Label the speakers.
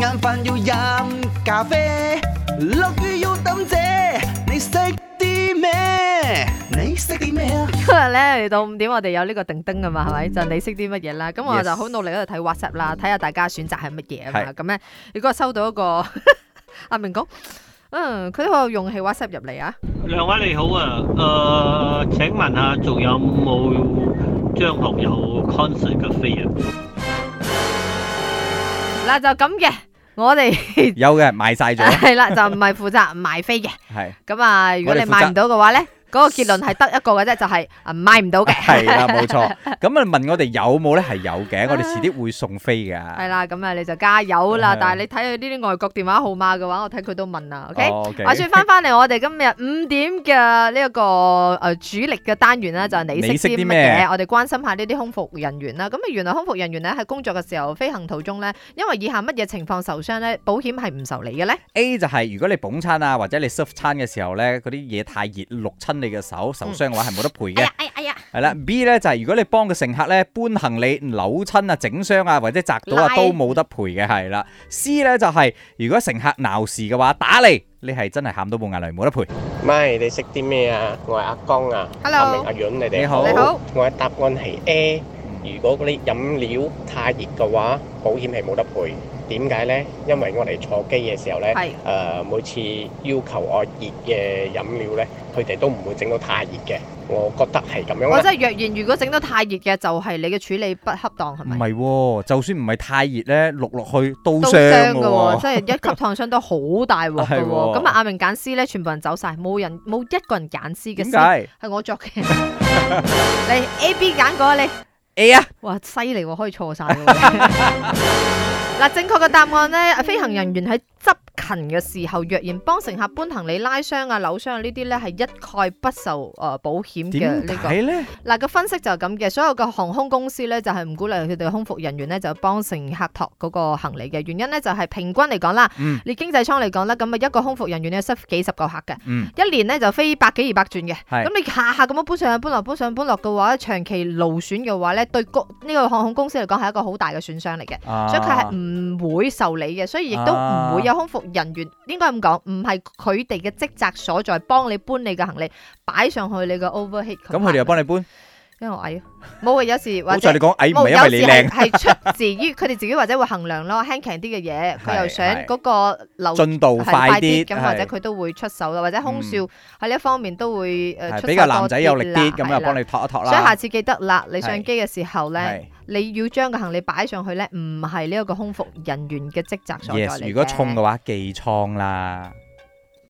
Speaker 1: 餐飯要飲咖啡，落雨要抌遮，你識啲咩？你識啲咩啊？
Speaker 2: 今日咧嚟到五點，我哋有呢個定燈啊嘛，係咪？就你識啲乜嘢啦？咁我
Speaker 1: Yes
Speaker 2: 就好努力喺度睇 WhatsApp 啦，睇下大家選擇係乜嘢啊嘛。
Speaker 1: 係
Speaker 2: 咁咧，如果收到一個 阿明講，嗯，佢都好有勇氣 WhatsApp 入嚟啊。
Speaker 3: 兩位你好啊，誒、請問下仲有冇張學友 concert 嘅飛啊？
Speaker 2: 嗱就咁嘅，我哋
Speaker 4: 有嘅賣晒咗，
Speaker 2: 係啦，就唔係負責賣飛嘅。
Speaker 4: 係
Speaker 2: 咁啊，如果
Speaker 4: 我
Speaker 2: 你
Speaker 4: 哋負責
Speaker 2: 買唔到嘅話咧，嗰個結論係得一個嘅啫，就係啊買唔到嘅。
Speaker 4: 係啦，冇錯。 咁啊問我哋有冇咧係有嘅，我哋遲啲會送飛
Speaker 2: 啊係
Speaker 4: 㗎。
Speaker 2: 啦，咁啊你就加油 啦。
Speaker 4: 係
Speaker 2: 但係你睇佢呢啲外國電話號碼嘅話，我睇佢都問啦。OK。
Speaker 4: 哦，OK
Speaker 2: 話說翻翻嚟，我哋今日五點嘅呢一個诶主力嘅單元啦，就係你
Speaker 4: 嗯你
Speaker 2: 識
Speaker 4: 識
Speaker 2: 啲
Speaker 4: 啲
Speaker 2: 乜
Speaker 4: 咩
Speaker 2: 嘢？我哋關心下呢啲空服人員啦。咁啊，原來空服人員咧喺工作嘅時候飛行途中咧，因為以下乜嘢情況受傷咧，保險係唔受理嘅咧？
Speaker 4: A 就係如果你捧餐啊或者你 serve 餐嘅時候咧，嗰啲嘢太熱淥親你嘅手，受傷嘅話係冇得賠
Speaker 2: 哎
Speaker 4: 嘅
Speaker 2: 呀。哎呀哎呀，
Speaker 4: 係啦，B 咧就係如果你幫個乘客咧搬行李扭親啊、整傷啊或者砸到啊
Speaker 2: 拉
Speaker 4: 都冇得賠嘅，係啦。C 咧就係如果乘客鬧事嘅話打你，你係真係喊到冇眼淚冇得賠。
Speaker 5: 咪你識啲咩啊？我係阿江啊
Speaker 2: Hello
Speaker 5: 阿明阿潤，你
Speaker 4: 你
Speaker 5: 哋
Speaker 4: 好
Speaker 2: 你好，
Speaker 5: 我嘅答案係 A。如果嗰啲飲料太熱嘅話，保險係冇得賠。點解呢？因為我哋坐機嘅時候呢，
Speaker 2: 係
Speaker 5: 誒、每次要求我熱嘅飲料呢，佢哋都唔會整到太熱嘅。我覺得係咁樣
Speaker 2: 我
Speaker 5: 啦。
Speaker 2: 真係若然如果整到太熱嘅，就係你嘅處理不恰當，係
Speaker 4: 唔
Speaker 2: 咪？
Speaker 4: 係喎，就算唔係太熱咧，淥落去都
Speaker 2: 都
Speaker 4: 傷
Speaker 2: 傷
Speaker 4: 嘅
Speaker 2: 㗎
Speaker 4: 喎
Speaker 2: 喎，。即係一級燙傷都好大鑊㗎
Speaker 4: 係
Speaker 2: 喎。
Speaker 4: 喎
Speaker 2: 咁啊，阿明揀 C 咧，全部人走晒，冇人冇一個人揀 C 嘅
Speaker 4: 點
Speaker 2: C
Speaker 4: 解
Speaker 2: 係我作嘅。 你 A、B 揀過啊你。
Speaker 4: ？A 啊，
Speaker 2: 哇，犀利喎，可以錯晒喎！ 嗱，正確嘅答案呢，飛行人員喺執勤嘅時候，若然幫乘客搬行李、拉傷啊、扭傷啊呢啲呢，係一概不受诶、呃保險嘅
Speaker 4: 點
Speaker 2: 呢個。
Speaker 4: 解咧？
Speaker 2: 嗱個分析就係咁嘅，所有嘅航空公司咧就係唔鼓勵佢哋空服人員咧就幫乘客托嗰個行李嘅原因咧就係平均嚟講啦，
Speaker 4: 嗯
Speaker 2: 你經濟艙嚟講啦，咁啊一個空服人員咧塞幾十個客嘅。
Speaker 4: 嗯，
Speaker 2: 一年咧就飛百幾二百轉嘅，
Speaker 4: 係
Speaker 2: 咁你下下咁樣搬上去搬落搬上搬落嘅話，長期勞損嘅話咧，對公呢個航空公司嚟講係一個好大嘅損傷嚟嘅，
Speaker 4: 啊
Speaker 2: 所以佢係唔會受理嘅，所以亦都唔會有空服人員應該咁講，唔係佢哋嘅職責所在，幫你搬你嘅行李擺上去你嘅 overhead。
Speaker 4: 咁佢哋又幫你搬，
Speaker 2: 因為我矮啊，冇啊，有時或
Speaker 4: 好
Speaker 2: 者
Speaker 4: 在你講哎矮唔
Speaker 2: 冇
Speaker 4: 係因為你靚，
Speaker 2: 係出 自於佢哋自己或者會衡量咯，輕強啲嘅嘢，佢 又
Speaker 4: 係
Speaker 2: 想
Speaker 4: 係
Speaker 2: 嗰個流
Speaker 4: 進度
Speaker 2: 係
Speaker 4: 快啲，
Speaker 2: 咁，或者
Speaker 4: 係
Speaker 2: 佢都會出手啦，或者空少喺呢一方面都會誒
Speaker 4: 係
Speaker 2: 出
Speaker 4: 比較
Speaker 2: 手多
Speaker 4: 男仔有力啲，咁
Speaker 2: 啦
Speaker 4: 又幫你托一托
Speaker 2: 係啦
Speaker 4: 啦。
Speaker 2: 所以下次記得啦，你上
Speaker 4: 係
Speaker 2: 機嘅時候咧，
Speaker 4: 係
Speaker 2: 你要將個行李擺上去咧，唔係呢一個空服人員嘅職責所在嚟
Speaker 4: yes，
Speaker 2: 嘅
Speaker 4: 如果重嘅話，寄倉啦。